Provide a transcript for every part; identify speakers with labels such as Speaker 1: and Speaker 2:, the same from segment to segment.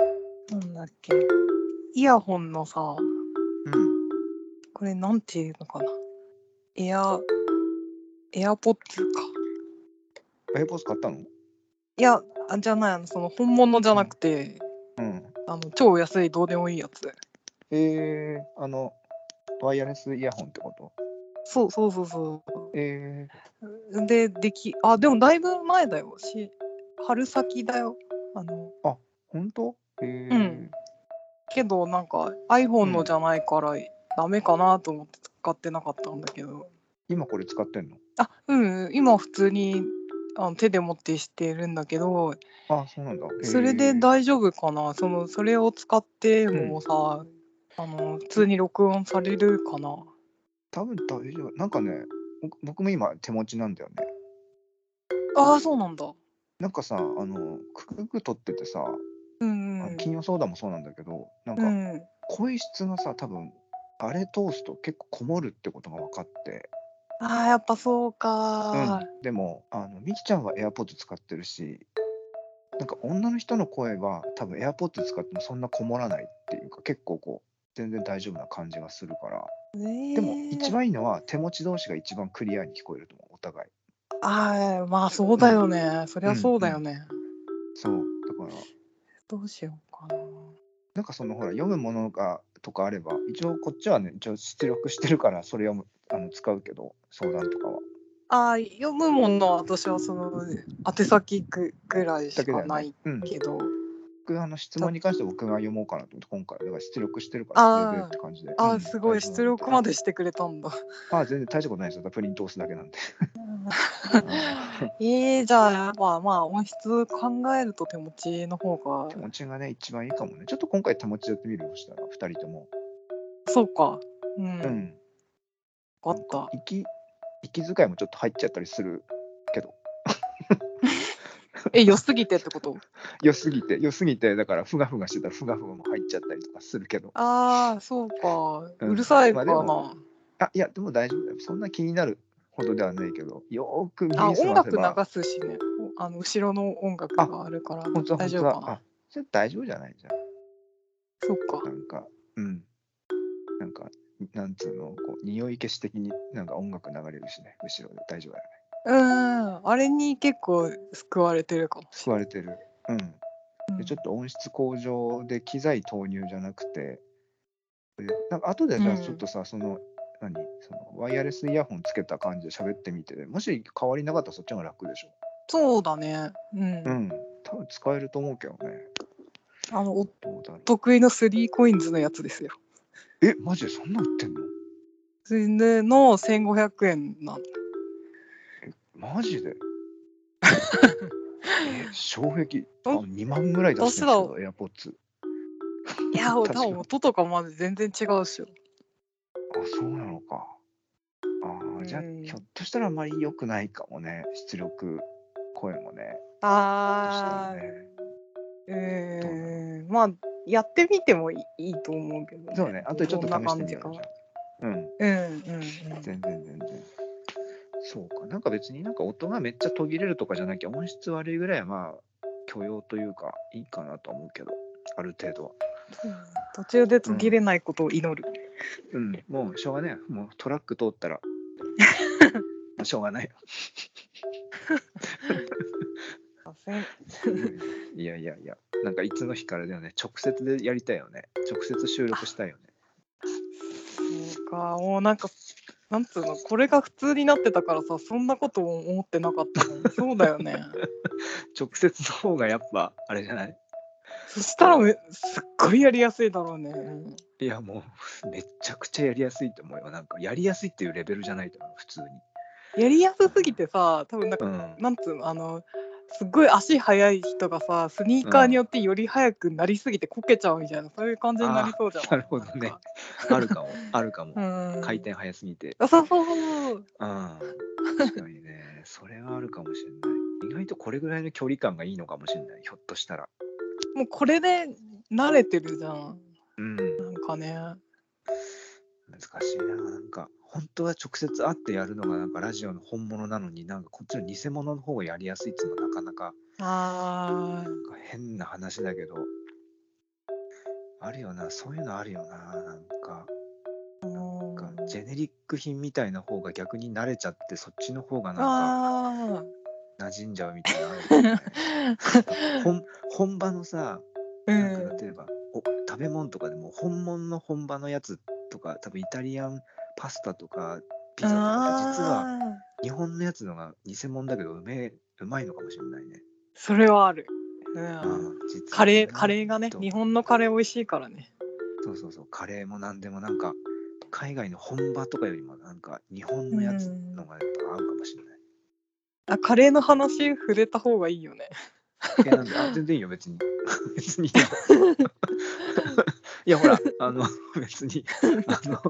Speaker 1: だっけイヤホンのさ
Speaker 2: うん。
Speaker 1: これなんていうのかなエアエアポッツか
Speaker 2: エアポーズ買ったの
Speaker 1: いやあじゃないあのその本物じゃなくて
Speaker 2: うん。
Speaker 1: あの超安いどうでもいいやつ
Speaker 2: えー、あの、ワイヤレスイヤホンってこと
Speaker 1: そうそうそうそ
Speaker 2: え
Speaker 1: うでできあでもだいぶ前だよし春先だよあの
Speaker 2: ー、ほんとえー、
Speaker 1: うんけどなんか iPhone のじゃないからダメかなと思って使ってなかったんだけど
Speaker 2: 今これ使ってんの
Speaker 1: あうんうん今普通にあの手で持ってしてるんだけど
Speaker 2: あ、そうなんだ。えー
Speaker 1: それで大丈夫かなそのそれを使ってもさ、あの普通に録音されるかな
Speaker 2: 多分大丈夫。なんかね、僕僕も今手持ちなんだよね。
Speaker 1: ああそうなんだ
Speaker 2: なんかさ、あの、ククク撮っててさ、
Speaker 1: うん
Speaker 2: あ
Speaker 1: う
Speaker 2: の
Speaker 1: ん
Speaker 2: 金曜ソーダもそうなんだけど、なん
Speaker 1: う
Speaker 2: か
Speaker 1: ん
Speaker 2: 声質がさ、多分あれ通すと結構こもるってことが分かって、
Speaker 1: あーやっぱそうか
Speaker 2: うん、でもあの、みきちゃんは AirPods 使ってるし、なんか女の人の声は多分 AirPods 使ってもそんなこもらないっていうか、結構こう、全然大丈夫な感じがするから、
Speaker 1: ー、ねえ
Speaker 2: でも一番いいのは手持ち同士が一番クリアに聞こえると思う、お互い。
Speaker 1: ああまあそうだよね、そりゃそうだよね、
Speaker 2: そう、だから。
Speaker 1: どうしようかな
Speaker 2: なんかそのほら読むものがとかあれば一応こっちはね一応出力してるからそれ読むあの使うけど相談とかは
Speaker 1: あー読むものは私はその宛先ぐぐらいし
Speaker 2: だけだ
Speaker 1: か
Speaker 2: よ
Speaker 1: な
Speaker 2: ね
Speaker 1: い。
Speaker 2: うん、
Speaker 1: けど、
Speaker 2: 僕あの質問に関して僕が読もうかなと思って今回だから出力してるか
Speaker 1: あー
Speaker 2: らそれでって感じで。
Speaker 1: あ
Speaker 2: う
Speaker 1: ー
Speaker 2: ん
Speaker 1: すごい
Speaker 2: 大丈夫
Speaker 1: 出力までしてくれたんだ
Speaker 2: あー全然大したことないですよだからプリント押すだけなんで。
Speaker 1: えー、じゃあやっぱまあ音質考えると手持ちの方が
Speaker 2: 手持ちがね一番いいかもねちょっと今回手持ちでやってみるよそしたら2人とも。
Speaker 1: そうかうん、
Speaker 2: う
Speaker 1: 分
Speaker 2: ん。
Speaker 1: かった
Speaker 2: 息息遣いもちょっと入っちゃったりするけど
Speaker 1: え良すぎてってこと
Speaker 2: 良すぎて良すぎてだからふがふがしてたらふがふがも入っちゃったりとかするけど。
Speaker 1: ああそうか
Speaker 2: うん
Speaker 1: うるさい
Speaker 2: ま
Speaker 1: か
Speaker 2: あ
Speaker 1: な、
Speaker 2: でもあいやでも大丈夫だよそんな気になるほどではないけどよーく耳
Speaker 1: あ
Speaker 2: 澄
Speaker 1: 音
Speaker 2: ませ
Speaker 1: 楽
Speaker 2: ば
Speaker 1: 流すしねあの後ろの音楽があるから
Speaker 2: 本当だ
Speaker 1: 大
Speaker 2: 本
Speaker 1: 丈
Speaker 2: 当
Speaker 1: 夫
Speaker 2: だ
Speaker 1: かな
Speaker 2: あそれ大丈夫じゃないじゃ
Speaker 1: そうか
Speaker 2: んなんかうんなんかなんつうのこう匂い消し的になんか音楽流れるしね後ろで大丈夫だよね
Speaker 1: うーんあれに結構救われてるかもし
Speaker 2: 吸
Speaker 1: れ
Speaker 2: わ
Speaker 1: ない
Speaker 2: れてるうんでちょっと音質向上で機材投入じゃなくてでなんか後でさ、
Speaker 1: うん
Speaker 2: ちょっとさその何そのワイヤレスイヤホンつけた感じで喋ってみてもし変わりなかったらそっちの方が楽でしょ
Speaker 1: そうだねうん、
Speaker 2: うん多分使えると思うけどね
Speaker 1: あのお
Speaker 2: どうだろう
Speaker 1: 得意の 3COINS のやつですよ
Speaker 2: え、マジでそんなん売ってんの
Speaker 1: それでの1500円なん
Speaker 2: マジ でえ衝撃。あ
Speaker 1: ど
Speaker 2: 2万ぐらい出してる
Speaker 1: ど
Speaker 2: んですよ、AirPods。
Speaker 1: いや、多
Speaker 2: 確かに
Speaker 1: 分音とかまで全然違うっしょ。
Speaker 2: あ、そうなのか。あ
Speaker 1: う
Speaker 2: あ、
Speaker 1: ん
Speaker 2: じゃあ、ひょっとしたらあまり良くないかもね。出力、声もね。
Speaker 1: あ
Speaker 2: どうした
Speaker 1: ー、うーん、まあ、やってみてもいいいいと思うけど、
Speaker 2: そうね、あとちょっと試
Speaker 1: どんな
Speaker 2: し
Speaker 1: 感
Speaker 2: てみ
Speaker 1: じ
Speaker 2: よ
Speaker 1: か
Speaker 2: う。じゃあうん、
Speaker 1: うんうん、うん。
Speaker 2: 全然全然。そうか、なんか別になんか音がめっちゃ途切れるとかじゃなきゃ音質悪いぐらいはまあ許容というかいいかなとは思うけど、ある程度は。
Speaker 1: 途中で途切れないことを祈る。
Speaker 2: うん、もうしょうがないよ。もうトラック通っ たら、もうしょうがないよ。いやいやいや、なんかいつの日からだよね。直接でやりたいよね。直接収録したいよね。
Speaker 1: そうか、もうなんか、なんつうの、これが普通になってたからさ、そんなことを思ってなかったの。そうだよ ね。
Speaker 2: 直接の方がやっぱ、あれじゃない
Speaker 1: そしたらめ、すっごいやりやすいだろうね。
Speaker 2: いやもう、めちゃくちゃやりやすいと思うよ。なんか、やりやすいっていうレベルじゃないと思う、普通に。
Speaker 1: やりやすすぎてさ、多分なんか
Speaker 2: うん。
Speaker 1: なんつうのあのすっごい足速い人がさスニーカーによってより速くなりすぎてこけちゃうみたいな、そういう感じになりそうじゃん。
Speaker 2: あーなるほどね
Speaker 1: んか
Speaker 2: あるかも、あるかも。
Speaker 1: うん、
Speaker 2: 回転早すぎて。
Speaker 1: あそうそう そう。
Speaker 2: うん。確かにね、それはあるかもしれない。意外とこれぐらいの距離感がいいのかもしれない。ひょっとしたら。
Speaker 1: もうこれで慣れてるじゃん。
Speaker 2: うん。
Speaker 1: なんかね。
Speaker 2: 難しいな、なんか、本当は直接会ってやるのが、なんかラジオの本物なのに、なんかこっちの偽物の方がやりやすいっていうのはなかなか
Speaker 1: あ
Speaker 2: なんか変な話だけど、あるよな、そういうのあるよな、なんか、
Speaker 1: うん
Speaker 2: なんかジェネリック品みたいな方が逆に慣れちゃって、そっちの方がなん
Speaker 1: あ
Speaker 2: か馴染んじゃうみたいなのあるよね。 本 本場のさ、
Speaker 1: ーう
Speaker 2: なん
Speaker 1: ん
Speaker 2: か例えば、お食べ物とかでも本物の本場のやつとか多分イタリアンパスタとかピザとかって実は
Speaker 1: あー
Speaker 2: 日本のやつのが偽物だけどうめえうまいのかもしれないね。
Speaker 1: それはある、うん
Speaker 2: うん実は
Speaker 1: カレー
Speaker 2: ね
Speaker 1: カレーがね
Speaker 2: と
Speaker 1: 日本のカレー美味しいからね
Speaker 2: そうそうそうカレーも何でもなんか海外の本場とかよりもなんか日本のやつのがやっぱ合うかもしれない。
Speaker 1: あカレーの話触れた方がいいよね
Speaker 2: えなんであ全然いいよ別に 別にいいよいやほらあの別にあの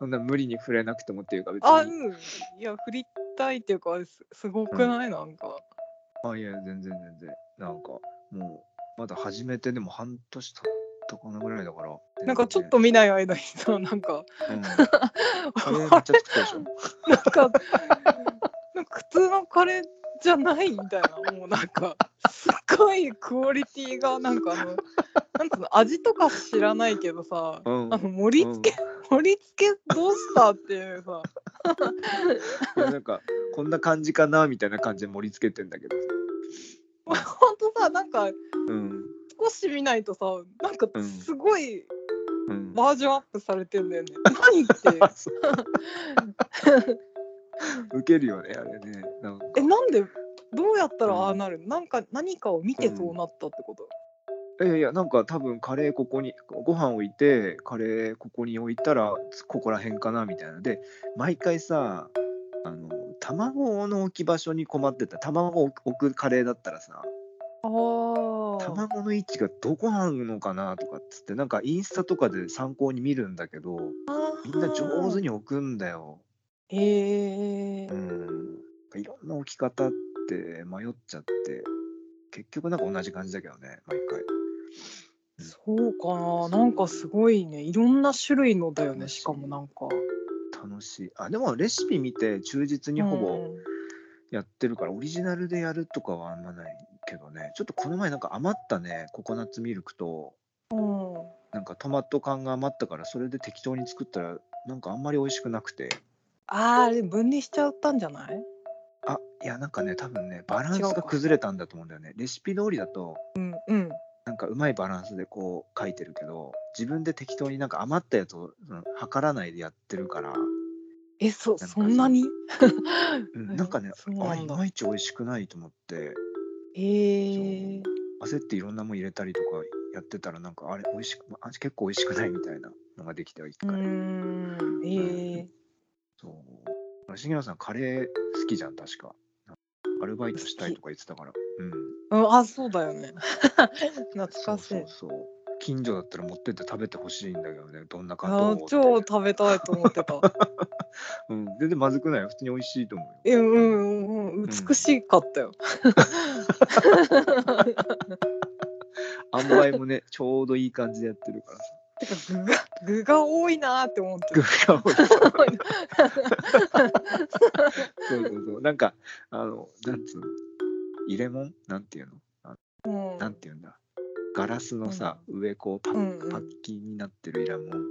Speaker 2: そんな無理に触れなくてもっていうか別に
Speaker 1: あうんいや振りたいっていうかすすごくない、なんか
Speaker 2: あいや全然全然なんかもうまだ始めてでも半年経ったかなぐらいだから
Speaker 1: なんかちょっ
Speaker 2: と、
Speaker 1: と見ない間にさなんか
Speaker 2: う ん、カレーめっちゃ作ったでしょ
Speaker 1: なんかなんか普通のカレーじゃないみたいなもうなんかすっごいクオリティがなんかあのなんつうの味とか知らないけどさ、
Speaker 2: うん
Speaker 1: あの盛り付け、盛り付けどうしたっていうさ
Speaker 2: いやなんかこんな感じかなみたいな感じで盛り付けてんだけど
Speaker 1: ほんとさなんか
Speaker 2: うん
Speaker 1: 少し見ないとさなんか
Speaker 2: うん
Speaker 1: すごい
Speaker 2: うん
Speaker 1: バージョンアップされてんだよね、何って
Speaker 2: あ そうウケるよねあれねなんか
Speaker 1: えなんでどうやったら
Speaker 2: うん
Speaker 1: ああなるの、なんか何かを見てそうなったってこと、
Speaker 2: いやいやなんか多分カレーここにご飯置いてカレーここに置いたらここら辺かなみたいなで毎回さあの卵の置き場所に困ってた卵を置くカレーだったら
Speaker 1: あ
Speaker 2: さ
Speaker 1: あ
Speaker 2: 卵の位置がどこなのかなとかっつってなんかインスタとかで参考に見るんだけどみんな上手
Speaker 1: に
Speaker 2: に置くんだよ。
Speaker 1: ええ
Speaker 2: うん、いろんな置き方って迷っちゃって結局なんか同じ感じだけどね毎回。
Speaker 1: そうかななんかすごいねいろんな種類のだよね
Speaker 2: 楽しい
Speaker 1: しかもなんか
Speaker 2: 楽しいあでもレシピ見て忠実にほぼやってるから、オリジナルでやるとかはあんまないけどねちょっとこの前なんか余ったねココナッツミルクと
Speaker 1: うん、うん
Speaker 2: なんかトマト缶が余ったからそれで適当に作ったらなんかあんまり美味しくなくて
Speaker 1: あー分離しちゃったんじゃない
Speaker 2: あいやなんかね多分ねバランス
Speaker 1: 違う
Speaker 2: が
Speaker 1: か
Speaker 2: 崩れたんだと思うんだよねレシピ通りだと
Speaker 1: うんうん
Speaker 2: なんかうまいバランスでこう書いてるけど自分で適当になんか余ったやつを、うん測らないでやってるから、
Speaker 1: えそ
Speaker 2: なんか
Speaker 1: そんなに
Speaker 2: うん、なんかね
Speaker 1: そう
Speaker 2: あ
Speaker 1: な
Speaker 2: れい
Speaker 1: んだ
Speaker 2: まいち美味しくないと思って。
Speaker 1: ええ
Speaker 2: 焦っていろんなもん入れたりとかやってたらなんかあれ美味しくあ結構美味しくないみたいなのができては一
Speaker 1: うー
Speaker 2: 回、
Speaker 1: んええ
Speaker 2: そう重野さんカレー好きじゃん確かアルバイトしたいとか言ってたからうん
Speaker 1: うんあそうだよね懐かしい
Speaker 2: そうそうそう近所だったら持ってって食べてほしいんだけどねどんな感
Speaker 1: あー
Speaker 2: じ
Speaker 1: 超食べたいと思って た
Speaker 2: うん、全然まずくないよ普通に美味しいと思う
Speaker 1: え
Speaker 2: よ
Speaker 1: うんうんうん美しかったよ、
Speaker 2: 塩梅もね ちょうどいい感じでやってるか らさ
Speaker 1: てか具が具が多いなーって思って
Speaker 2: 具
Speaker 1: る
Speaker 2: が多いそうそうそうなんかあのなんつうの入れ物なんていうの
Speaker 1: うん
Speaker 2: なんていうんだガラスのさ、上こうパ,、
Speaker 1: うんうん
Speaker 2: パッキンになってるいらんもんなん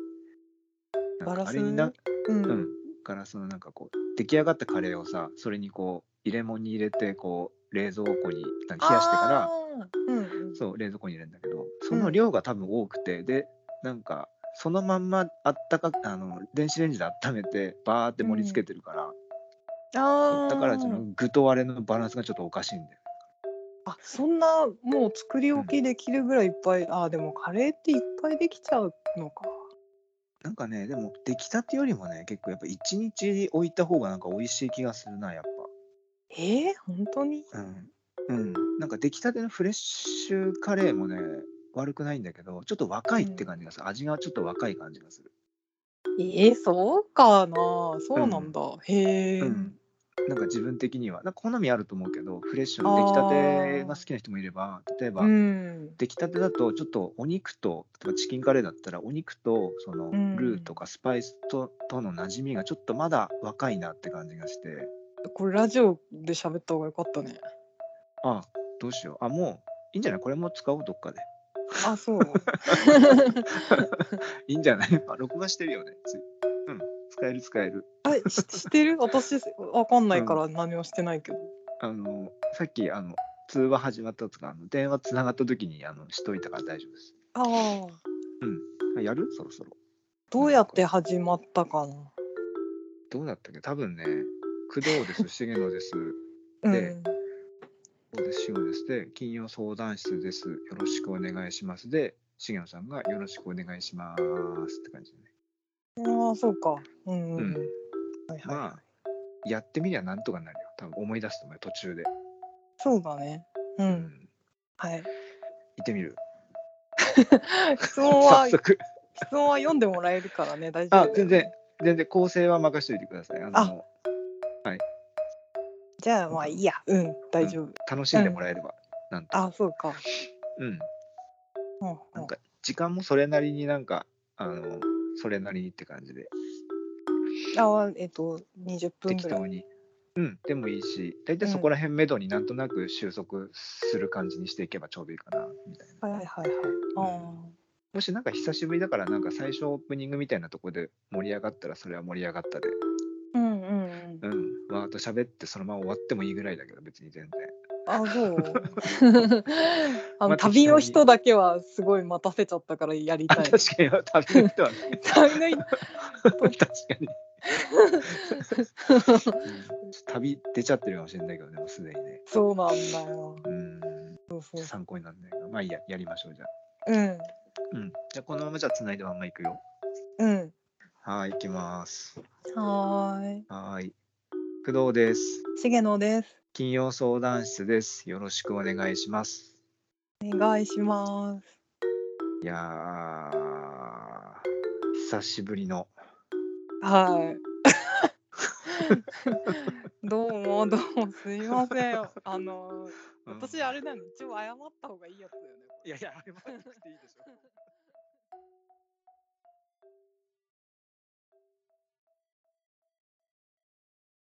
Speaker 1: ガラ
Speaker 2: か
Speaker 1: ス
Speaker 2: あれにな、
Speaker 1: う
Speaker 2: うんん、ガラスのなんかこう出来上がったカレーをさそれにこう入れ物に入れてこう冷蔵庫になんか冷やしてから
Speaker 1: あーうんうん
Speaker 2: そう冷蔵庫に入れるんだけどその量が多分多くて、でなんかそのまんまあったかあの電子レンジで温めてバーって盛り付けてるから、
Speaker 1: あー
Speaker 2: だからその具とあれのバランスがちょっとおかしいんだよ
Speaker 1: あそんなもう作り置きできるぐらいいっぱい、あーでもカレーっていっぱいできちゃうのか
Speaker 2: なんかね、でも出来たてよりもね、結構やっぱ一日置いた方がなんか美味しい気がするな、やっ
Speaker 1: えー、本当に
Speaker 2: ぱ。うん。うん。なんか出来たてのフレッシュカレーもね、悪くないんだけど、ちょっと若いって感じがする。味がちょっと若い感じがする。
Speaker 1: えー、そうかなそうなんだ、へえ、
Speaker 2: うん。なんか自分的には、なんか好みあると思うけど、フレッシュの出来たてが好きな人もいれば、例えば、
Speaker 1: うん
Speaker 2: 出来たてだとちょっとお肉と例えばチキンカレーだったらお肉とその
Speaker 1: うん
Speaker 2: ルーとかスパイスと,、との馴染みがちょっとまだ若いなって感じがして
Speaker 1: これラジオで喋った方がよかったね。
Speaker 2: あどうしよう。あ、もういいんじゃないこれも使おう、どっかで。
Speaker 1: あ そう
Speaker 2: いいんじゃない あ録画してるよね。ついうん、使える使える。
Speaker 1: あししてる私わかんないから何もしてないけど、
Speaker 2: あのさっきあの通話始まったとかあの電話つながった時にあのしといたから大丈夫です。
Speaker 1: ああ
Speaker 2: あやるそろそろ。
Speaker 1: どうやって始まったかな
Speaker 2: どうだったっけ多分ね工藤です重野です。
Speaker 1: うん
Speaker 2: そうです塩ですで金曜相談室です。よろしくお願いしますで重野さんがよろしくお願いしますって感じでね。
Speaker 1: ああそうかうん、うん、
Speaker 2: うん
Speaker 1: はいはい、
Speaker 2: まあやってみりゃなんとかなるよ。多分思い出すと思うよ途中で。
Speaker 1: そうだねう、
Speaker 2: うん
Speaker 1: はい
Speaker 2: 行ってみる。
Speaker 1: 質問は
Speaker 2: 早速。
Speaker 1: 質問は読んでもらえるからね大丈夫
Speaker 2: あ
Speaker 1: だよ
Speaker 2: 全然全然構成は任せておいてください。あの
Speaker 1: あじゃあまあいいやうん大丈夫、
Speaker 2: 楽しんでもらえれば、なんと。
Speaker 1: あそうか、
Speaker 2: う
Speaker 1: う
Speaker 2: ん。
Speaker 1: んうん、
Speaker 2: なんか時間もそれなりになんかあのそれなりにって感じで
Speaker 1: あえっ、と20分
Speaker 2: 適
Speaker 1: ぐらい
Speaker 2: 当に。うん、でもいいし大体そこら辺めどになんとなく収束する感じにしていけばちょうどいいかなみたいな、
Speaker 1: はいはいはいあ
Speaker 2: もしなんか久しぶりだからなんか最初オープニングみたいなとこで盛り上がったらそれは盛り上がったで
Speaker 1: ーうんうんうん
Speaker 2: うんわーっと喋ってそのまま終わってもいいぐらいだけど別に全然
Speaker 1: あそう あ
Speaker 2: ま
Speaker 1: の
Speaker 2: あ
Speaker 1: 旅の人だけはすごい待たせちゃったからやり
Speaker 2: あ
Speaker 1: たい
Speaker 2: 確かに旅の人はね
Speaker 1: 旅の
Speaker 2: 確か にうん旅出ちゃってるかもしれないけどねもうすでにね
Speaker 1: そうなんだよ
Speaker 2: うん
Speaker 1: そうそう
Speaker 2: 参考にならないからまあいいややりましょうじゃあ、
Speaker 1: うん
Speaker 2: うん、じゃあこのままじゃあつないでまんまいくよ
Speaker 1: うん
Speaker 2: はい行きます
Speaker 1: はーい
Speaker 2: はい工藤です
Speaker 1: 重野です
Speaker 2: 金曜相談室ですよろしくお願いします
Speaker 1: お願いします
Speaker 2: いやー久しぶりの
Speaker 1: はいどうもどうもすいませんあの
Speaker 2: うん
Speaker 1: 私あれだよね一応謝った方がいいやつだよね
Speaker 2: いやいや謝らなくていいでしょ